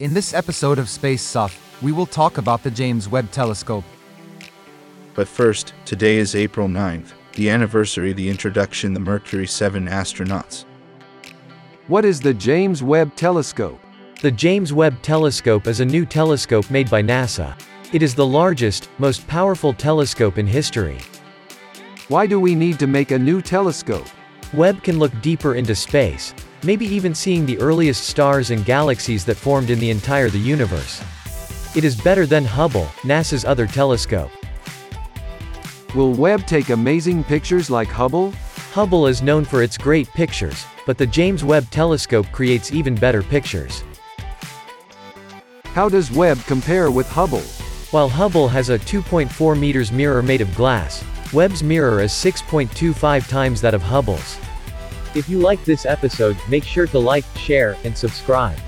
In this episode of Space Soft, we will talk about the James Webb Telescope. But first, today is April 9th, the anniversary the introduction the Mercury 7 astronauts. What is the James Webb Telescope? The James Webb Telescope is a new telescope made by NASA. It is the largest, most powerful telescope in history. Why do we need to make a new telescope? Webb can look deeper into space, maybe even seeing the earliest stars and galaxies that formed in the entire the universe. It is better than Hubble, NASA's other telescope. Will Webb take amazing pictures like Hubble? Hubble is known for its great pictures, but the James Webb Telescope creates even better pictures. How does Webb compare with Hubble? While Hubble has a 2.4 meters mirror made of glass, Webb's mirror is 6.25 times that of Hubble's. If you like this episode, make sure to like, share, and subscribe.